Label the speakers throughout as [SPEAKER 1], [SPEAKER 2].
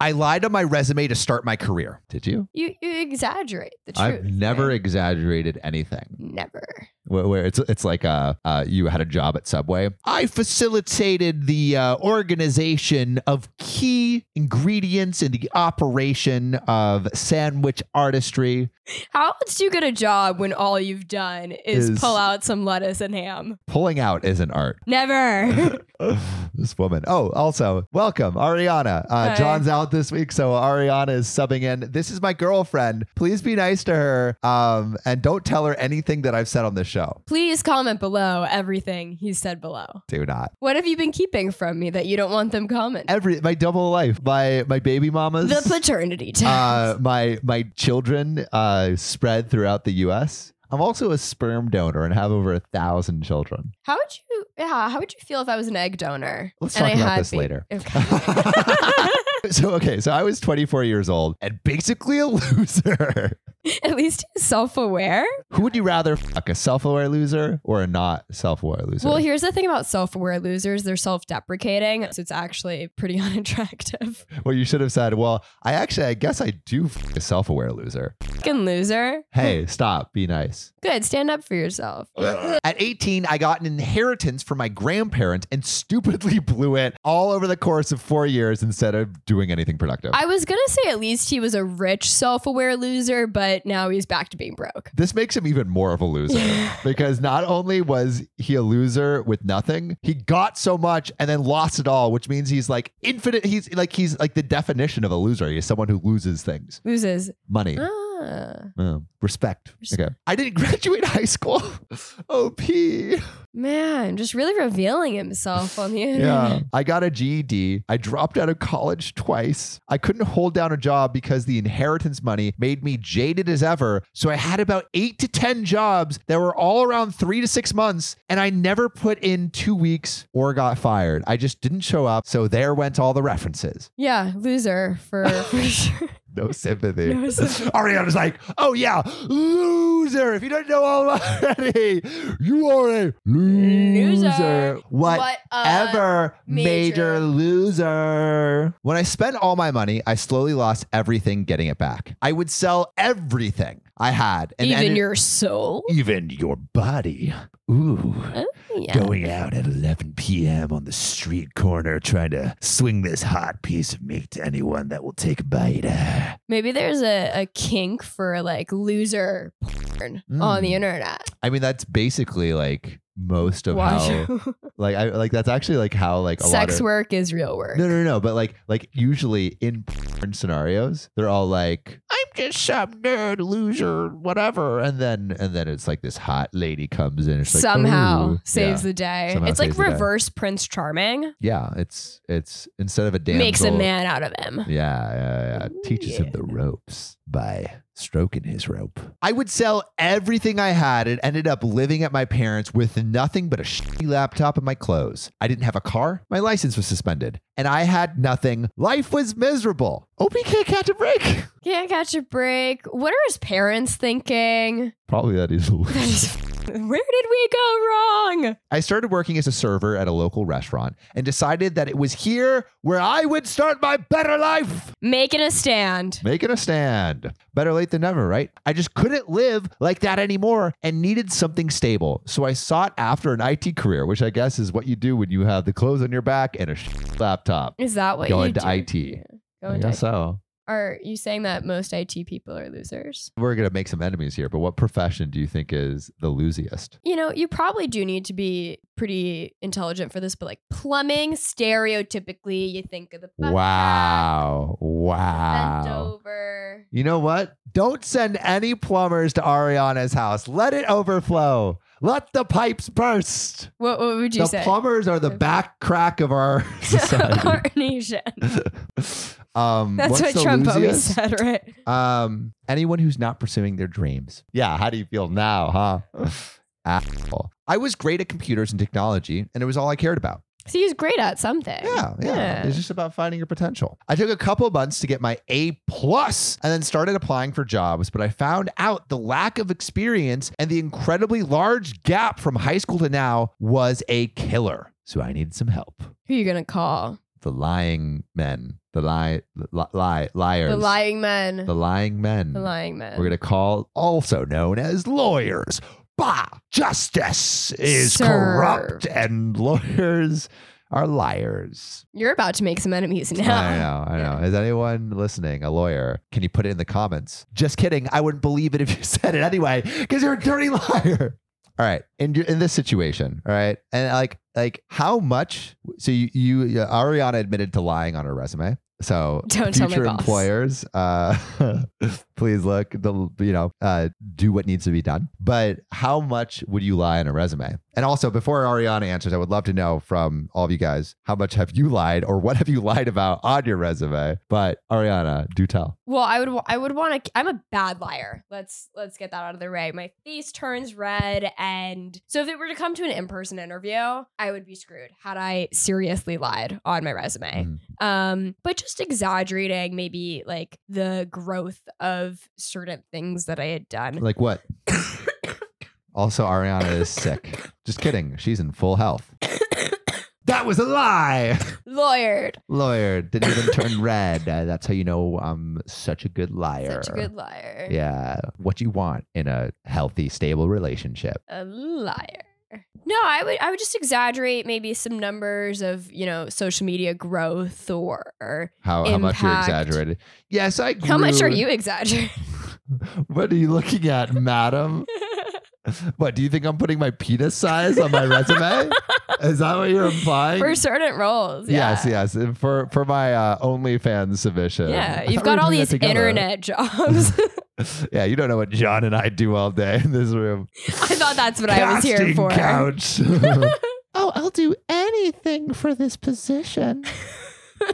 [SPEAKER 1] I lied on my resume to start my career.
[SPEAKER 2] Did you?
[SPEAKER 3] You you exaggerate the truth.
[SPEAKER 2] I've never
[SPEAKER 3] right?
[SPEAKER 2] exaggerated anything.
[SPEAKER 3] never.
[SPEAKER 2] Where, where it's it's like uh, uh, you had a job at Subway. I facilitated the uh, organization of key ingredients in the operation of sandwich artistry.
[SPEAKER 3] How else do you get a job when all you've done is,
[SPEAKER 2] Is-
[SPEAKER 3] pull out some lettuce and ham?
[SPEAKER 2] Pulling out is an art.
[SPEAKER 3] Never.
[SPEAKER 2] this woman. Oh, also, welcome, Ariana. Uh,
[SPEAKER 3] Hi.
[SPEAKER 2] John's out this week, so Ariana is subbing in. This is my girlfriend. Please be nice to her um, and don't tell her anything that I've said on this show.
[SPEAKER 3] Please comment below everything he said below.
[SPEAKER 2] Do not.
[SPEAKER 3] What have you been keeping from me that you don't want them commenting?
[SPEAKER 2] Every my double life, my my baby mamas,
[SPEAKER 3] The paternity test.
[SPEAKER 2] uh, my my children uh, spread throughout the U.S. I'm also a sperm donor and have over a thousand children.
[SPEAKER 3] how would you? Yeah, how would you feel if I was an egg donor?
[SPEAKER 2] Let's
[SPEAKER 3] and
[SPEAKER 2] talk
[SPEAKER 3] I
[SPEAKER 2] about
[SPEAKER 3] had
[SPEAKER 2] this later.
[SPEAKER 3] Okay.
[SPEAKER 2] So okay, so I was 24 years old and basically a loser.
[SPEAKER 3] At least he's self-aware.
[SPEAKER 2] Who would you rather fuck, a self-aware loser or a not self-aware loser?
[SPEAKER 3] Well, here's the thing about self-aware losers: they're self-deprecating, so it's actually pretty unattractive.
[SPEAKER 2] well, you should have said, "Well, I actually, I guess I do fuck a self-aware loser."
[SPEAKER 3] Fucking loser.
[SPEAKER 2] Hey, stop. Be nice.
[SPEAKER 3] Good. Stand up for yourself.
[SPEAKER 2] At 18, I got an inheritance from my grandparents and stupidly blew it all over the course of four years instead of doing anything productive.
[SPEAKER 3] I was gonna say at least he was a rich, self-aware loser, but now he's back to being broke.
[SPEAKER 2] this makes him even more of a loser because not only was he a loser with nothing, he got so much and then lost it all, which means he's like infinite. He's like he's like the definition of a loser. He's someone who loses things,
[SPEAKER 3] Loses.
[SPEAKER 2] money,
[SPEAKER 3] Ah.
[SPEAKER 2] Um, respect.
[SPEAKER 3] Respect.
[SPEAKER 2] Okay. I didn't graduate high school. OP.
[SPEAKER 3] Man, just really revealing himself on the
[SPEAKER 2] Yeah.
[SPEAKER 3] internet.
[SPEAKER 2] I got a GED. I dropped out of college twice. I couldn't hold down a job because the inheritance money made me jaded as ever. So I had about eight to 10 jobs that were all around three to six months, and I never put in two weeks or got fired. I just didn't show up. So there went all the references.
[SPEAKER 3] Yeah, loser for, for sure.
[SPEAKER 2] No sympathy.
[SPEAKER 3] No sympathy.
[SPEAKER 2] Ariana's like, oh yeah, loser. If you don't know already, you are a loser.
[SPEAKER 3] Loser.
[SPEAKER 2] Whatever
[SPEAKER 3] uh,
[SPEAKER 2] major
[SPEAKER 3] major-
[SPEAKER 2] loser. When I spent all my money, I slowly lost everything getting it back. I would sell everything I had.
[SPEAKER 3] Even
[SPEAKER 2] ended-
[SPEAKER 3] your soul.
[SPEAKER 2] even your body. Ooh
[SPEAKER 3] Yeah.
[SPEAKER 2] going out at 11 p.m. on the street corner trying to swing this hot piece of meat to anyone that will take a bite. I
[SPEAKER 3] Maybe there's a, a kink for like loser porn on
[SPEAKER 2] Mm.
[SPEAKER 3] the internet.
[SPEAKER 2] mean, that's basically like most of how,
[SPEAKER 3] Watch.
[SPEAKER 2] like, I like that's actually like how like a lot
[SPEAKER 3] Sex
[SPEAKER 2] of
[SPEAKER 3] work is real work.
[SPEAKER 2] no, no, no, but like, like usually in porn scenarios, they're all like, "I'm just some nerd loser, whatever," and then and then it's like this hot lady comes in, and she's like,
[SPEAKER 3] Somehow
[SPEAKER 2] "Ooh."
[SPEAKER 3] saves
[SPEAKER 2] Yeah.
[SPEAKER 3] the day.
[SPEAKER 2] Somehow
[SPEAKER 3] it's like
[SPEAKER 2] saves the day.
[SPEAKER 3] reverse Prince Charming
[SPEAKER 2] yeah, it's it's instead of a damsel,
[SPEAKER 3] makes a man out of him.
[SPEAKER 2] Yeah, yeah, yeah.
[SPEAKER 3] Ooh,
[SPEAKER 2] Teaches him
[SPEAKER 3] yeah.
[SPEAKER 2] the ropes by stroking his rope. I would sell everything I had and ended up living at my parents with nothing but a shitty laptop and my clothes. I didn't have a car. My license was suspended. And I had nothing. Life was miserable. OP can't catch a break.
[SPEAKER 3] Can't catch a break. What are his parents thinking?
[SPEAKER 2] Probably that is.
[SPEAKER 3] That is- Where did we go wrong?
[SPEAKER 2] I started working as a server at a local restaurant and decided that it was here where I would start my better life.
[SPEAKER 3] Making a stand.
[SPEAKER 2] Making a stand. Better late than never, right? I just couldn't live like that anymore and needed something stable. So I sought after an IT career, which I guess is what you do when you have the clothes on your back and a sh- laptop.
[SPEAKER 3] Is that what
[SPEAKER 2] Going to
[SPEAKER 3] you do?
[SPEAKER 2] IT.
[SPEAKER 3] Yeah,
[SPEAKER 2] I
[SPEAKER 3] Going to
[SPEAKER 2] guess
[SPEAKER 3] IT.
[SPEAKER 2] so.
[SPEAKER 3] Are you saying that most IT people are losers?
[SPEAKER 2] We're going to make some enemies here, but what profession do you think is the losiest?
[SPEAKER 3] You know, you probably do need to be pretty intelligent for this, but like plumbing, stereotypically, you think of the plumber, bent over.
[SPEAKER 2] You know what? Don't send any plumbers to Ariana's house. Let it overflow. Let the pipes burst.
[SPEAKER 3] What, what would you
[SPEAKER 2] The
[SPEAKER 3] say?
[SPEAKER 2] plumbers are the back crack of our society.
[SPEAKER 3] Our nation.
[SPEAKER 2] um,
[SPEAKER 3] That's
[SPEAKER 2] what's
[SPEAKER 3] what
[SPEAKER 2] the
[SPEAKER 3] Trump always
[SPEAKER 2] losiest?
[SPEAKER 3] said, right?
[SPEAKER 2] Um, anyone who's not pursuing their dreams. Yeah, how do you feel now, huh? Asshole. I was great at computers and technology, and it was all I cared about.
[SPEAKER 3] So he's great at something.
[SPEAKER 2] Yeah, yeah,
[SPEAKER 3] Yeah.
[SPEAKER 2] It's just about finding your potential. I took a couple of months to get my A plus, and then started applying for jobs. But I found out the lack of experience and the incredibly large gap from high school to now was a killer. So I needed some help.
[SPEAKER 3] Who you going to call?
[SPEAKER 2] the lying men, the lie, li- lie, liars,
[SPEAKER 3] The lying men.
[SPEAKER 2] the lying men.
[SPEAKER 3] The lying men.
[SPEAKER 2] We're gonna call, also known as lawyers. Bah, justice is
[SPEAKER 3] Sir.
[SPEAKER 2] corrupt, and lawyers are liars.
[SPEAKER 3] You're about to make some enemies
[SPEAKER 2] I
[SPEAKER 3] now.
[SPEAKER 2] know, I
[SPEAKER 3] Yeah.
[SPEAKER 2] know. Is anyone listening a lawyer? Can you put it in the comments? Just kidding. I wouldn't believe it if you said it anyway, because you're a dirty liar. All right, in your- in this situation, all right, and like like how much? So you you Ariana admitted to lying on her resume. So
[SPEAKER 3] Don't tell my
[SPEAKER 2] future
[SPEAKER 3] boss.
[SPEAKER 2] employers, uh, please look. The you know uh, do what needs to be done. But how much would you lie on a resume? And also, before Ariana answers, I would love to know from all of you guys how much have you lied or what have you lied about on your resume? But Ariana, do tell.
[SPEAKER 3] Well, I would wa- I would want to I'm a bad liar. Let's let's get that out of the way. My face turns red and so if it were to come to an in-person interview, I would be screwed had I seriously lied on my resume.
[SPEAKER 2] Mm.
[SPEAKER 3] Um but just exaggerating maybe like the growth of certain things that I had done.
[SPEAKER 2] Like what? also, Ariana is sick. Just kidding. She's in full health. that was a lie.
[SPEAKER 3] Lawyered.
[SPEAKER 2] Lawyer didn't even turn red. Uh, that's how you know I'm such a good liar.
[SPEAKER 3] Such a good liar.
[SPEAKER 2] Yeah, what you want in a healthy, stable relationship.
[SPEAKER 3] a liar. No, I would I would just exaggerate maybe some numbers of, you know, social media growth or, or
[SPEAKER 2] How how much you're
[SPEAKER 3] Impact.
[SPEAKER 2] exaggerated? Yes, I. Grew.
[SPEAKER 3] how much are you exaggerating?
[SPEAKER 2] What are you looking at, madam? What do you think I'm putting my penis size on my resume? Is that what you're implying?
[SPEAKER 3] For certain roles. Yeah.
[SPEAKER 2] Yes, yes. and For for my uh, OnlyFans submission. I
[SPEAKER 3] Yeah,
[SPEAKER 2] thought we
[SPEAKER 3] you've
[SPEAKER 2] were
[SPEAKER 3] got all
[SPEAKER 2] doing that
[SPEAKER 3] these
[SPEAKER 2] together.
[SPEAKER 3] internet jobs.
[SPEAKER 2] yeah, you don't know what John and I do all day in this room.
[SPEAKER 3] I thought that's what I was here for.
[SPEAKER 2] oh, I'll do anything for this position.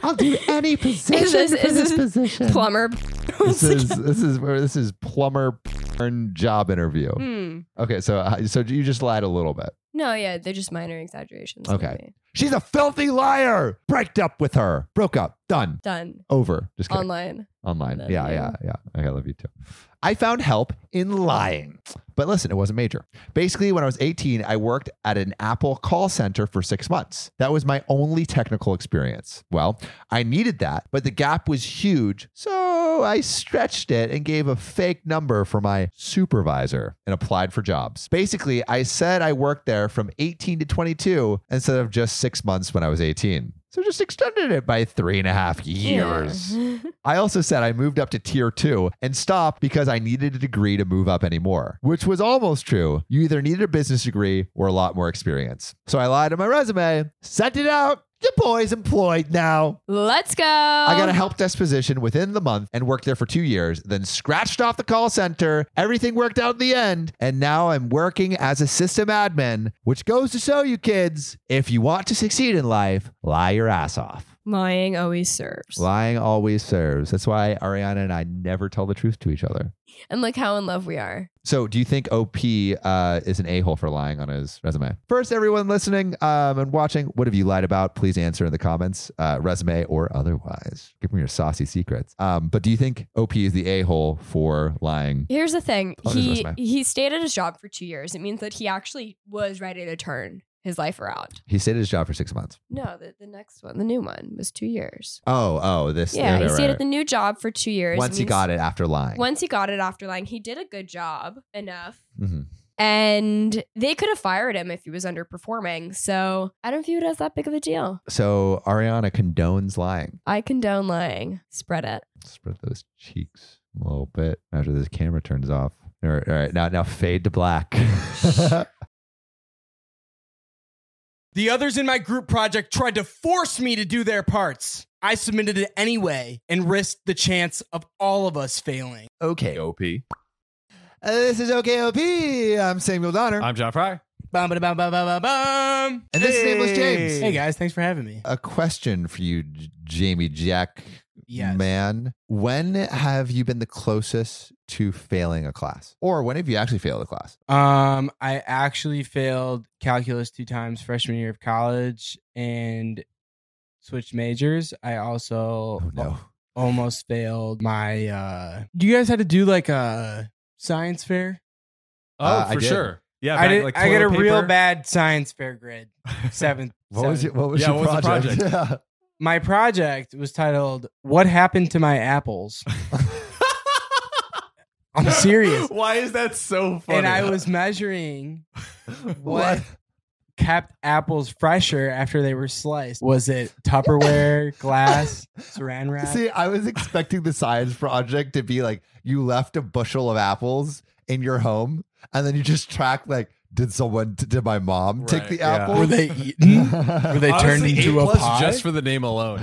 [SPEAKER 2] I'll do any position
[SPEAKER 3] this- for is this this
[SPEAKER 2] position.
[SPEAKER 3] Plumber.
[SPEAKER 2] this is this is where this is plumber porn job interview.
[SPEAKER 3] Hmm.
[SPEAKER 2] Okay, so uh, so you just lied a little bit.
[SPEAKER 3] No, yeah, they're just minor exaggerations.
[SPEAKER 2] Okay.
[SPEAKER 3] maybe.
[SPEAKER 2] She's a filthy liar. Breaked up with her. Broke up. Done.
[SPEAKER 3] Done.
[SPEAKER 2] Over. Just kidding.
[SPEAKER 3] Online.
[SPEAKER 2] Online.
[SPEAKER 3] Love
[SPEAKER 2] yeah,
[SPEAKER 3] you.
[SPEAKER 2] yeah, yeah. Okay, I love you too. I found help in lying. But listen, it wasn't major. Basically, when I was 18, I worked at an Apple call center for six months. That was my only technical experience. Well, I needed that, but the gap was huge. So I stretched it and gave a fake number for my supervisor and applied for jobs. Basically, I said I worked there from 18 to 22 instead of just six months when I was 18. So just extended it by three and a half years.
[SPEAKER 3] Yeah.
[SPEAKER 2] I also said I moved up to tier two and stopped because I needed a degree to move up anymore, which was almost true. You either needed a business degree or a lot more experience. So I lied on my resume, sent it out. The boy's employed now.
[SPEAKER 3] Let's go.
[SPEAKER 2] I
[SPEAKER 3] Um,
[SPEAKER 2] got a help desk position within the month and worked there for two years, then scratched off the call center. Everything worked out in the end. And now I'm working as a system admin, which goes to show you kids if you want to succeed in life, lie your ass off.
[SPEAKER 3] Lying always serves.
[SPEAKER 2] Lying always serves. That's why Ariana and I never tell the truth to each other.
[SPEAKER 3] and look how in love we are.
[SPEAKER 2] So, do you think OP uh, is an a hole for lying on his resume? First, everyone listening um, and watching, what have you lied about? Please answer in the comments, uh, resume or otherwise. Give me your saucy secrets. Um, but do you think OP is the a hole for lying?
[SPEAKER 3] Here's the thing.
[SPEAKER 2] Oh, there's
[SPEAKER 3] he
[SPEAKER 2] resume.
[SPEAKER 3] he stayed at his job for two years. It means that he actually was ready to turn his life around.
[SPEAKER 2] He stayed at his job for six months.
[SPEAKER 3] No, the, the next one, the new one, was two years.
[SPEAKER 2] Oh, oh, this.
[SPEAKER 3] Yeah,
[SPEAKER 2] right,
[SPEAKER 3] he
[SPEAKER 2] right,
[SPEAKER 3] stayed
[SPEAKER 2] right.
[SPEAKER 3] at the new job for two years.
[SPEAKER 2] Once he
[SPEAKER 3] means-
[SPEAKER 2] got it after lying.
[SPEAKER 3] Once he got it after lying, he did a good job enough.
[SPEAKER 2] Mhm.
[SPEAKER 3] And they could have fired him if he was underperforming. So I don't view it as that big of a deal.
[SPEAKER 2] So, Ariana condones lying.
[SPEAKER 3] I condone lying. Spread it.
[SPEAKER 2] spread those cheeks a little bit after this camera turns off. All right, all right. Now, now fade to black.
[SPEAKER 4] The others in my group project tried to force me to do their parts. I submitted it anyway and risked the chance of all of us failing.
[SPEAKER 2] okay, OP. this is OKOP. I'm Samuel Donner.
[SPEAKER 5] I'm John Fry.
[SPEAKER 4] Bum, ba, bum, bum, bum, bum, bum.
[SPEAKER 2] and this is Nameless James.
[SPEAKER 4] Hey guys, thanks for having me.
[SPEAKER 2] A question for you, J- Jamie Jack
[SPEAKER 4] Yes.
[SPEAKER 2] man. When have you been the closest to failing a class? Or when have you actually failed a class?
[SPEAKER 4] Um, I actually failed calculus two times freshman year of college and switched majors. I also
[SPEAKER 2] Oh, no.
[SPEAKER 4] almost failed my uh do you guys had to do like a science fair?
[SPEAKER 5] Oh,
[SPEAKER 2] Uh, I
[SPEAKER 5] for
[SPEAKER 2] did.
[SPEAKER 5] sure. Yeah,
[SPEAKER 4] I
[SPEAKER 5] back,
[SPEAKER 4] did
[SPEAKER 5] like
[SPEAKER 4] I got a
[SPEAKER 5] toilet
[SPEAKER 4] real
[SPEAKER 5] paper.
[SPEAKER 4] bad science fair grade. Seventh
[SPEAKER 2] What was,
[SPEAKER 4] seventh.
[SPEAKER 2] your, what was
[SPEAKER 5] Yeah,
[SPEAKER 2] your
[SPEAKER 5] what was the
[SPEAKER 2] project? Yeah.
[SPEAKER 4] my project was titled "What Happened to My Apples." I'm serious,
[SPEAKER 5] Why is that so funny?
[SPEAKER 4] and I was measuring what kept apples fresher after they were sliced. Was it Tupperware, glass, Saran wrap?
[SPEAKER 2] See, I was expecting the science project to be like you left a bushel of apples in your home, and then you just track like, did someone did my mom take
[SPEAKER 5] Right,
[SPEAKER 2] the
[SPEAKER 5] yeah.
[SPEAKER 2] apple?
[SPEAKER 4] Were they eaten? Were they turned
[SPEAKER 5] Honestly,
[SPEAKER 4] into
[SPEAKER 5] A
[SPEAKER 4] a
[SPEAKER 5] plus
[SPEAKER 4] pie?
[SPEAKER 5] just for the name alone.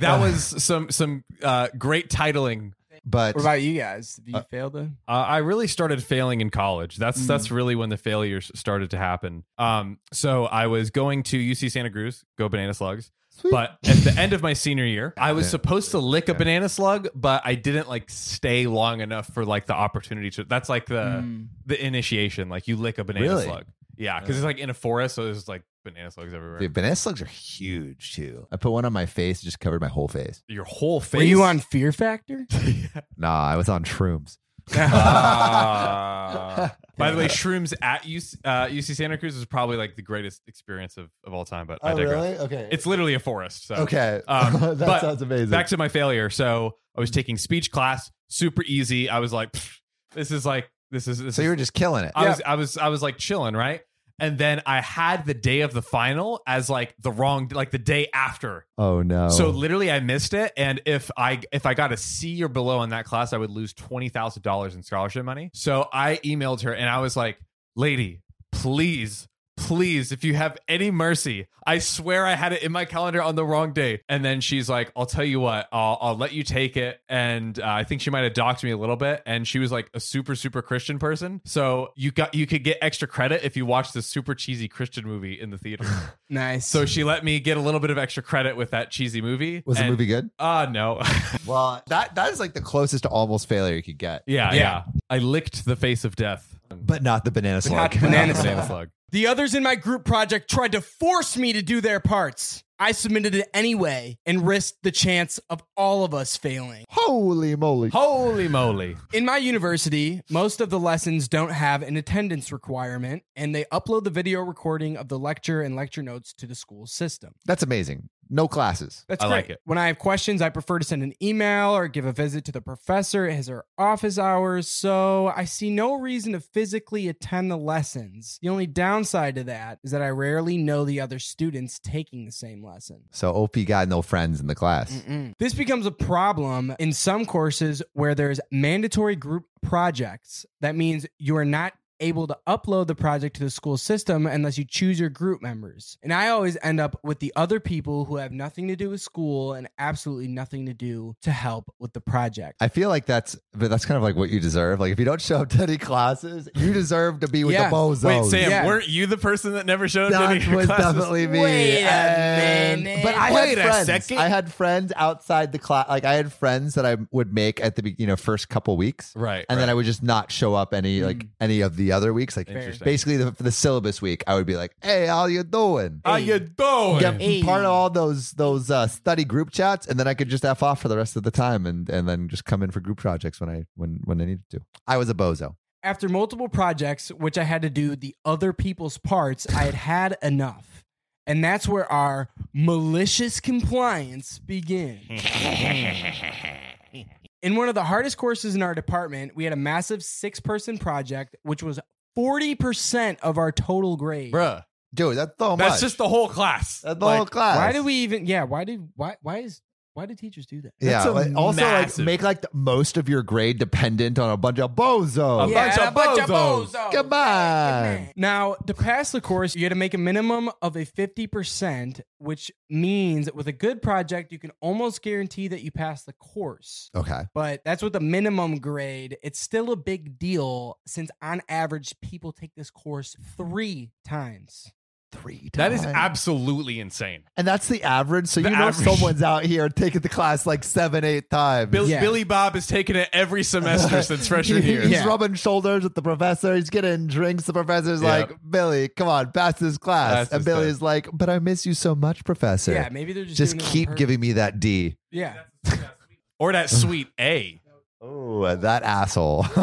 [SPEAKER 5] that was some some uh, great titling.
[SPEAKER 2] but
[SPEAKER 4] what about you guys? Have you
[SPEAKER 5] Uh,
[SPEAKER 4] failed them?
[SPEAKER 5] Uh, I really started failing in college. That's
[SPEAKER 4] Mm.
[SPEAKER 5] that's really when the failures started to happen. Um, so I was going to UC Santa Cruz, go banana slugs.
[SPEAKER 2] Sweet.
[SPEAKER 5] But at the end of my senior year, I was
[SPEAKER 2] Yeah.
[SPEAKER 5] supposed to lick a
[SPEAKER 2] Yeah.
[SPEAKER 5] banana slug, but I didn't like stay long enough for like the opportunity to. That's like the
[SPEAKER 2] uh,
[SPEAKER 4] Mm.
[SPEAKER 5] the initiation. Like you lick a banana
[SPEAKER 2] Really?
[SPEAKER 5] slug. Yeah, because it's like in a forest, so there's like banana slugs everywhere.
[SPEAKER 2] Dude, banana slugs are huge too. I put one on my face, it just covered my whole face.
[SPEAKER 5] Your whole face.
[SPEAKER 4] Were you on Fear Factor?
[SPEAKER 2] Nah, I was on shrooms.
[SPEAKER 5] Ah. By the way, shrooms at UC, uh, UC Santa Cruz is probably like the greatest experience of, of all time. But I digress.
[SPEAKER 2] Okay.
[SPEAKER 5] It's literally a forest. So.
[SPEAKER 2] Oh, okay.
[SPEAKER 5] Um,
[SPEAKER 2] that
[SPEAKER 5] but
[SPEAKER 2] sounds amazing.
[SPEAKER 5] Back to my failure. So I was taking speech class, super easy. I was like, "Pfft, this is like this is. This
[SPEAKER 2] so
[SPEAKER 5] is
[SPEAKER 2] you were just killing it.
[SPEAKER 5] I was I was I was like chilling, right? And then I had the day of the final as like the wrong like the day after.
[SPEAKER 2] oh no.
[SPEAKER 5] So literally I missed it. And if I if I got a C or below in that class, I would lose twenty thousand dollars in scholarship money. So I emailed her and I was like, lady, please. Please, if you have any mercy, I swear I had it in my calendar on the wrong day. And then she's like, I'll tell you what, I'll, I'll let you take it. And uh, I think she might have docked me a little bit. And she was like a super, super Christian person. So you got you could get extra credit if you watched this super cheesy Christian movie in the theater.
[SPEAKER 4] Nice.
[SPEAKER 5] So she let me get a little bit of extra credit with that cheesy movie.
[SPEAKER 2] was the
[SPEAKER 5] And-
[SPEAKER 2] movie good?
[SPEAKER 5] Uh no.
[SPEAKER 2] Well, that that is like the closest to almost failure you could get,
[SPEAKER 5] yeah,
[SPEAKER 4] Yeah.
[SPEAKER 5] yeah, I licked the face of death.
[SPEAKER 2] but not the banana slug.
[SPEAKER 4] not the banana
[SPEAKER 5] Not the
[SPEAKER 4] slug.
[SPEAKER 5] slug.
[SPEAKER 4] The others in my group project tried to force me to do their parts. I submitted it anyway and risked the chance of all of us failing.
[SPEAKER 2] Holy moly!
[SPEAKER 5] Holy moly.
[SPEAKER 4] In my university, most of the lessons don't have an attendance requirement, and they upload the video recording of the lecture and lecture notes to the school system.
[SPEAKER 2] That's amazing. No classes.
[SPEAKER 4] That's
[SPEAKER 5] I
[SPEAKER 4] great.
[SPEAKER 5] like it.
[SPEAKER 4] When I have questions, I prefer to send an email or give a visit to the professor at his or office hours. So I see no reason to physically attend the lessons. The only downside to that is that I rarely know the other students taking the same lesson.
[SPEAKER 2] So OP got no friends in the class.
[SPEAKER 4] This becomes a problem in some courses where there's mandatory group projects. That means you are not able to upload the project to the school system unless you choose your group members. And I always end up with the other people who have nothing to do with school and absolutely nothing to do to help with the project.
[SPEAKER 2] I feel like that's, but that's kind of like what you deserve. Like if you don't show up to any classes, you deserve to be with
[SPEAKER 4] Yeah.
[SPEAKER 2] the bozos.
[SPEAKER 5] Wait, Sam,
[SPEAKER 4] yeah.
[SPEAKER 5] weren't you the person that never showed up to any of
[SPEAKER 2] that
[SPEAKER 5] your
[SPEAKER 2] was
[SPEAKER 5] classes?
[SPEAKER 2] definitely me.
[SPEAKER 4] Wait a
[SPEAKER 2] And-
[SPEAKER 4] minute.
[SPEAKER 2] But I
[SPEAKER 5] Wait a
[SPEAKER 2] had friends.
[SPEAKER 5] second.
[SPEAKER 2] I had friends outside the class. Like I had friends that I would make at the be- you know first couple weeks,
[SPEAKER 5] Right.
[SPEAKER 2] and then I would just not show up any like
[SPEAKER 4] Mm.
[SPEAKER 2] any of the other weeks. Like
[SPEAKER 4] Fair.
[SPEAKER 5] Interesting.
[SPEAKER 2] basically the, for the syllabus week, I would be like, "Hey, how you doing?"
[SPEAKER 5] How Ah, you doing?
[SPEAKER 2] Get
[SPEAKER 4] Hey.
[SPEAKER 2] part of all those those uh, study group chats, and then I could just f off for the rest of the time, and and then just come in for group projects when I when when I needed to. I was a bozo.
[SPEAKER 4] After multiple projects, which I had to do the other people's parts, I had had enough. And that's where our malicious compliance begins. In one of the hardest courses in our department, we had a massive six person project, which was 40% of our total grade.
[SPEAKER 5] Bruh.
[SPEAKER 2] Dude, that's so
[SPEAKER 5] That's
[SPEAKER 2] much.
[SPEAKER 5] just the whole class.
[SPEAKER 2] that's the
[SPEAKER 5] Like,
[SPEAKER 2] whole class.
[SPEAKER 4] Why do we even, yeah, why did, why, why is, why do teachers do that?
[SPEAKER 2] Yeah.
[SPEAKER 5] That's a
[SPEAKER 2] like, also, like
[SPEAKER 5] massive-
[SPEAKER 2] make like the, most of your grade dependent on a bunch of bozos.
[SPEAKER 5] A Yeah. bunch of bozos.
[SPEAKER 2] Come on.
[SPEAKER 4] Now, to pass the course, you had to make a minimum of a 50%, which means with a good project, you can almost guarantee that you pass the course.
[SPEAKER 2] Okay.
[SPEAKER 4] But that's with the minimum grade. It's still a big deal since, on average, people take this course three times.
[SPEAKER 2] Three.
[SPEAKER 5] That is
[SPEAKER 2] times.
[SPEAKER 5] absolutely insane.
[SPEAKER 2] and that's the average. So
[SPEAKER 5] The
[SPEAKER 2] you know
[SPEAKER 5] average.
[SPEAKER 2] someone's out here taking the class like seven, eight times.
[SPEAKER 5] Bill,
[SPEAKER 4] Yeah.
[SPEAKER 5] Billy Bob has taken it every semester since freshman
[SPEAKER 2] He-
[SPEAKER 5] year.
[SPEAKER 2] He's
[SPEAKER 4] Yeah.
[SPEAKER 2] rubbing shoulders with the professor. He's getting drinks. The professor's
[SPEAKER 5] Yeah.
[SPEAKER 2] like, Billy, come on, pass this class.
[SPEAKER 5] Pass
[SPEAKER 2] and
[SPEAKER 5] this
[SPEAKER 2] Billy
[SPEAKER 5] class.
[SPEAKER 2] is like, but I miss you so much, professor.
[SPEAKER 4] yeah, maybe they're just
[SPEAKER 2] Just
[SPEAKER 4] doing it on
[SPEAKER 2] keep
[SPEAKER 4] purpose.
[SPEAKER 2] giving me that D.
[SPEAKER 4] Yeah,
[SPEAKER 5] Or that sweet A.
[SPEAKER 2] Oh, that asshole.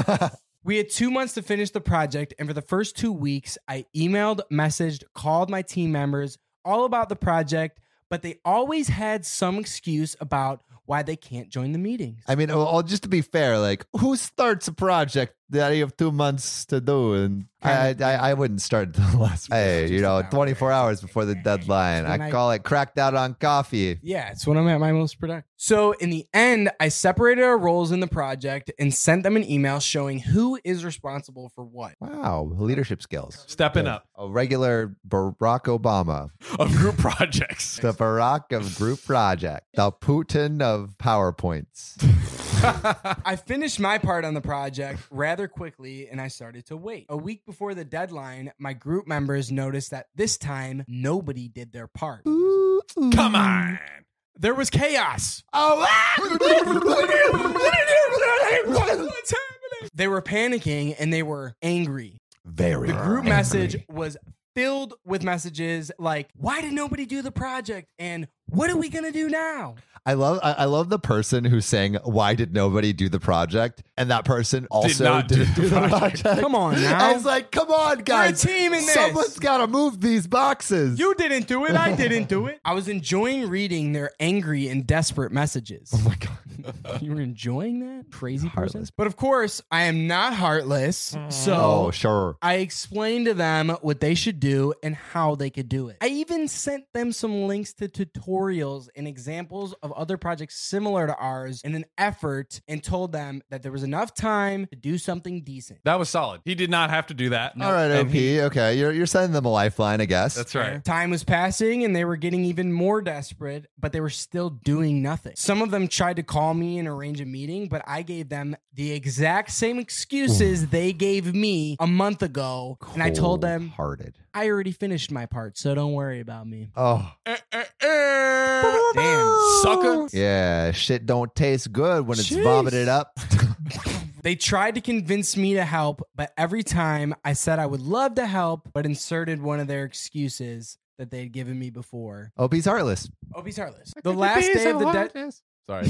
[SPEAKER 4] we had two months to finish the project, and for the first two weeks, I emailed, messaged, called my team members all about the project. but they always had some excuse about why they can't join the meetings.
[SPEAKER 2] I mean, well, well, just to be fair, like who starts a project that you have two months to do, and I,
[SPEAKER 4] Kinda.
[SPEAKER 2] I, I wouldn't start the last.
[SPEAKER 4] Yeah,
[SPEAKER 2] Hey,
[SPEAKER 4] just
[SPEAKER 2] you know,
[SPEAKER 4] about
[SPEAKER 2] twenty four
[SPEAKER 4] right.
[SPEAKER 2] hours before the deadline.
[SPEAKER 4] When I-
[SPEAKER 2] I call it cracked out on coffee.
[SPEAKER 4] Yeah, it's when I'm at my most productive. So in the end, I separated our roles in the project and sent them an email showing who is responsible for what.
[SPEAKER 2] Wow, leadership skills.
[SPEAKER 5] Stepping
[SPEAKER 2] Good.
[SPEAKER 5] up
[SPEAKER 2] A regular Barack Obama,
[SPEAKER 5] of group projects.
[SPEAKER 2] the Barack of group project, the Putin of PowerPoints.
[SPEAKER 4] I finished my part on the project rather quickly and I started to wait. A week before the deadline, my group members noticed that this time nobody did their part.
[SPEAKER 5] Come on. There was chaos.
[SPEAKER 4] Oh, What's happening? They were panicking and they were angry.
[SPEAKER 2] Very.
[SPEAKER 4] The group
[SPEAKER 2] angry.
[SPEAKER 4] message was filled with messages like, why did nobody do the project? And what are we going to do now?
[SPEAKER 2] I love I, I love the person who's saying why did nobody do the project and that person also
[SPEAKER 5] not
[SPEAKER 2] did not do the project.
[SPEAKER 4] Come on now.
[SPEAKER 2] I was like, come on, guys,
[SPEAKER 4] We're a team in this.
[SPEAKER 2] someone's got to move these boxes.
[SPEAKER 4] You didn't do it. I didn't do it. I was enjoying reading their angry and desperate messages. Oh my God. you were enjoying that? Crazy person.
[SPEAKER 2] Heartless.
[SPEAKER 4] But of course, I am not heartless. So.
[SPEAKER 2] oh sure.
[SPEAKER 4] I explained to them what they should do and how they could do it. I even sent them some links to tutorials and examples of other projects similar to ours in an effort and told them that there was enough time to do something decent.
[SPEAKER 5] That was solid. He did not have to do that.
[SPEAKER 2] All right,
[SPEAKER 5] And
[SPEAKER 2] OP.
[SPEAKER 5] he-
[SPEAKER 2] okay, you're you're sending them a lifeline, I guess.
[SPEAKER 5] That's right.
[SPEAKER 4] Time was passing and they were getting even more desperate, but they were still doing nothing. Some of them tried to call me and arrange a meeting, but I gave them the exact same excuses they gave me a month ago. And I told them,
[SPEAKER 2] hearted.
[SPEAKER 4] I already finished my part, so don't worry about me.
[SPEAKER 2] Oh
[SPEAKER 5] Eh, eh, eh.
[SPEAKER 4] Damn.
[SPEAKER 5] Sucker.
[SPEAKER 2] yeah, shit don't taste good when it's vomited up.
[SPEAKER 4] They tried to convince me to help, but every time I said I would love to help, but inserted one of their excuses that they had given me before.
[SPEAKER 2] OP's heartless.
[SPEAKER 4] Opie's heartless. The last day of the dead.
[SPEAKER 5] Sorry.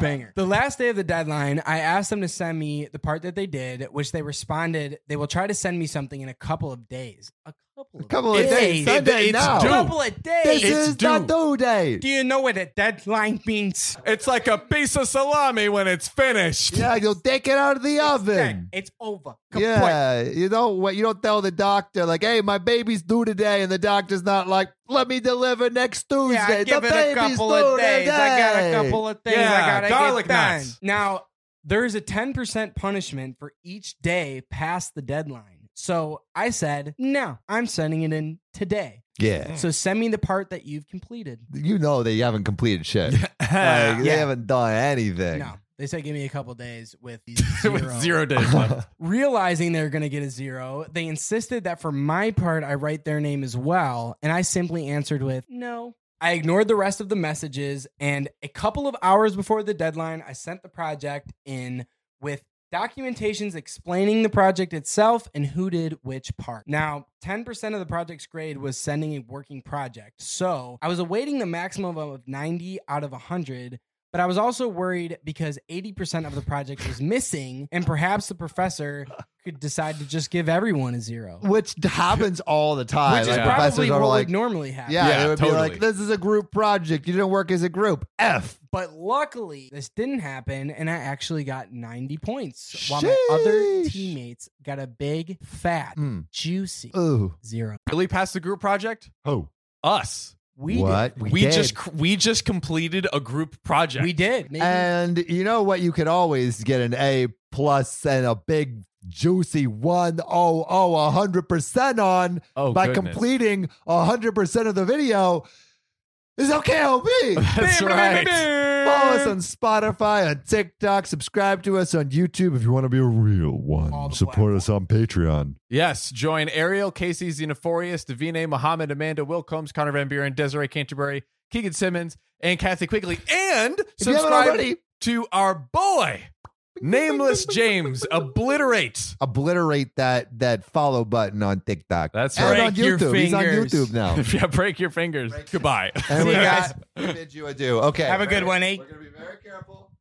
[SPEAKER 4] Banger. The last day of the deadline, I asked them to send me the part that they did, which they responded, they will try to send me something in a couple of days. A couple of
[SPEAKER 2] Couple of days.
[SPEAKER 4] A
[SPEAKER 2] Sunday
[SPEAKER 5] it's
[SPEAKER 2] now.
[SPEAKER 5] due.
[SPEAKER 4] couple of days.
[SPEAKER 2] This
[SPEAKER 5] It's
[SPEAKER 2] is not due day.
[SPEAKER 4] Do you know what a deadline means?
[SPEAKER 5] It's like a piece of salami when it's finished.
[SPEAKER 2] Yeah, you'll take it out of the oven.
[SPEAKER 4] It's over.
[SPEAKER 2] Yeah, you know what? You don't tell the doctor like, "Hey, my baby's due today," and the doctor's not like, "Let me deliver next Tuesday."
[SPEAKER 4] Yeah, I give
[SPEAKER 2] the
[SPEAKER 4] it a
[SPEAKER 2] baby's
[SPEAKER 4] couple
[SPEAKER 2] due
[SPEAKER 4] of days. I got a
[SPEAKER 2] today."
[SPEAKER 4] couple of things I
[SPEAKER 5] Yeah,
[SPEAKER 4] gotta
[SPEAKER 5] garlic
[SPEAKER 4] get done.
[SPEAKER 5] knots.
[SPEAKER 4] Now there's a 10% punishment for each day past the deadline. So I said, no, I'm sending it in today.
[SPEAKER 2] Yeah,
[SPEAKER 4] So send me the part that you've completed.
[SPEAKER 2] you know they haven't completed shit. Like,
[SPEAKER 4] Yeah.
[SPEAKER 2] They haven't done anything.
[SPEAKER 4] No. They said give me a couple days with these
[SPEAKER 5] With zero days left.
[SPEAKER 4] Realizing they were going to get a zero, they insisted that for my part, I write their name as well. And I simply answered with, no. I ignored the rest of the messages. And a couple of hours before the deadline, I sent the project in with documentations explaining the project itself and who did which part. Now, 10% of the project's grade was sending a working project. So I was awaiting the maximum of 90 out of 100 but I was also worried because 80% of the project was missing, and perhaps the professor could decide to just give everyone a zero, which
[SPEAKER 2] Which happens all the time.
[SPEAKER 4] is
[SPEAKER 2] like
[SPEAKER 4] probably
[SPEAKER 2] professors
[SPEAKER 4] what
[SPEAKER 2] are like,
[SPEAKER 4] would normally happen.
[SPEAKER 2] yeah,
[SPEAKER 5] Yeah,
[SPEAKER 2] they would
[SPEAKER 5] totally.
[SPEAKER 2] be like, "This is a group project. You didn't work as a group." F.
[SPEAKER 4] But luckily, this didn't happen, and I actually got 90 points, while my other
[SPEAKER 2] Sheesh.
[SPEAKER 4] teammates got a big, fat,
[SPEAKER 2] Mm.
[SPEAKER 4] juicy
[SPEAKER 2] Ooh.
[SPEAKER 4] zero.
[SPEAKER 5] Really past the group project?
[SPEAKER 2] Oh.
[SPEAKER 5] Us.
[SPEAKER 4] We
[SPEAKER 2] what
[SPEAKER 5] We,
[SPEAKER 2] did.
[SPEAKER 5] just we just completed a group project.
[SPEAKER 4] did. We did. Maybe
[SPEAKER 2] And you know what? You could always get an A plus and a big juicy Oh, 100 100% on
[SPEAKER 5] oh,
[SPEAKER 2] by
[SPEAKER 5] goodness.
[SPEAKER 2] completing 100% of the video is OKLB.
[SPEAKER 5] That's right.
[SPEAKER 2] Follow us on Spotify, on TikTok, subscribe to us on YouTube if you want to be a real
[SPEAKER 4] All
[SPEAKER 2] one.
[SPEAKER 4] the
[SPEAKER 2] Support us on Patreon.
[SPEAKER 5] Yes, join Ariel, Casey Xenophorius, Davine, Muhammad, Amanda, Will Combs, Connor Van Buren, Desiree Canterbury, Keegan Simmons, and Kathy Quigley. And
[SPEAKER 2] If you haven't
[SPEAKER 5] subscribe
[SPEAKER 2] already,
[SPEAKER 5] to our boy, Nameless James, Obliterate.
[SPEAKER 2] obliterate that that follow button on TikTok.
[SPEAKER 5] That's
[SPEAKER 2] and
[SPEAKER 5] right.
[SPEAKER 2] on
[SPEAKER 4] Break your
[SPEAKER 2] YouTube. He's on
[SPEAKER 4] fingers.
[SPEAKER 2] YouTube now.
[SPEAKER 5] yeah, break your fingers. Goodbye.
[SPEAKER 2] And
[SPEAKER 4] See
[SPEAKER 2] we
[SPEAKER 4] you guys.
[SPEAKER 2] bid you adieu. Okay.
[SPEAKER 4] Have a good one, eh?
[SPEAKER 2] We're going to be very careful.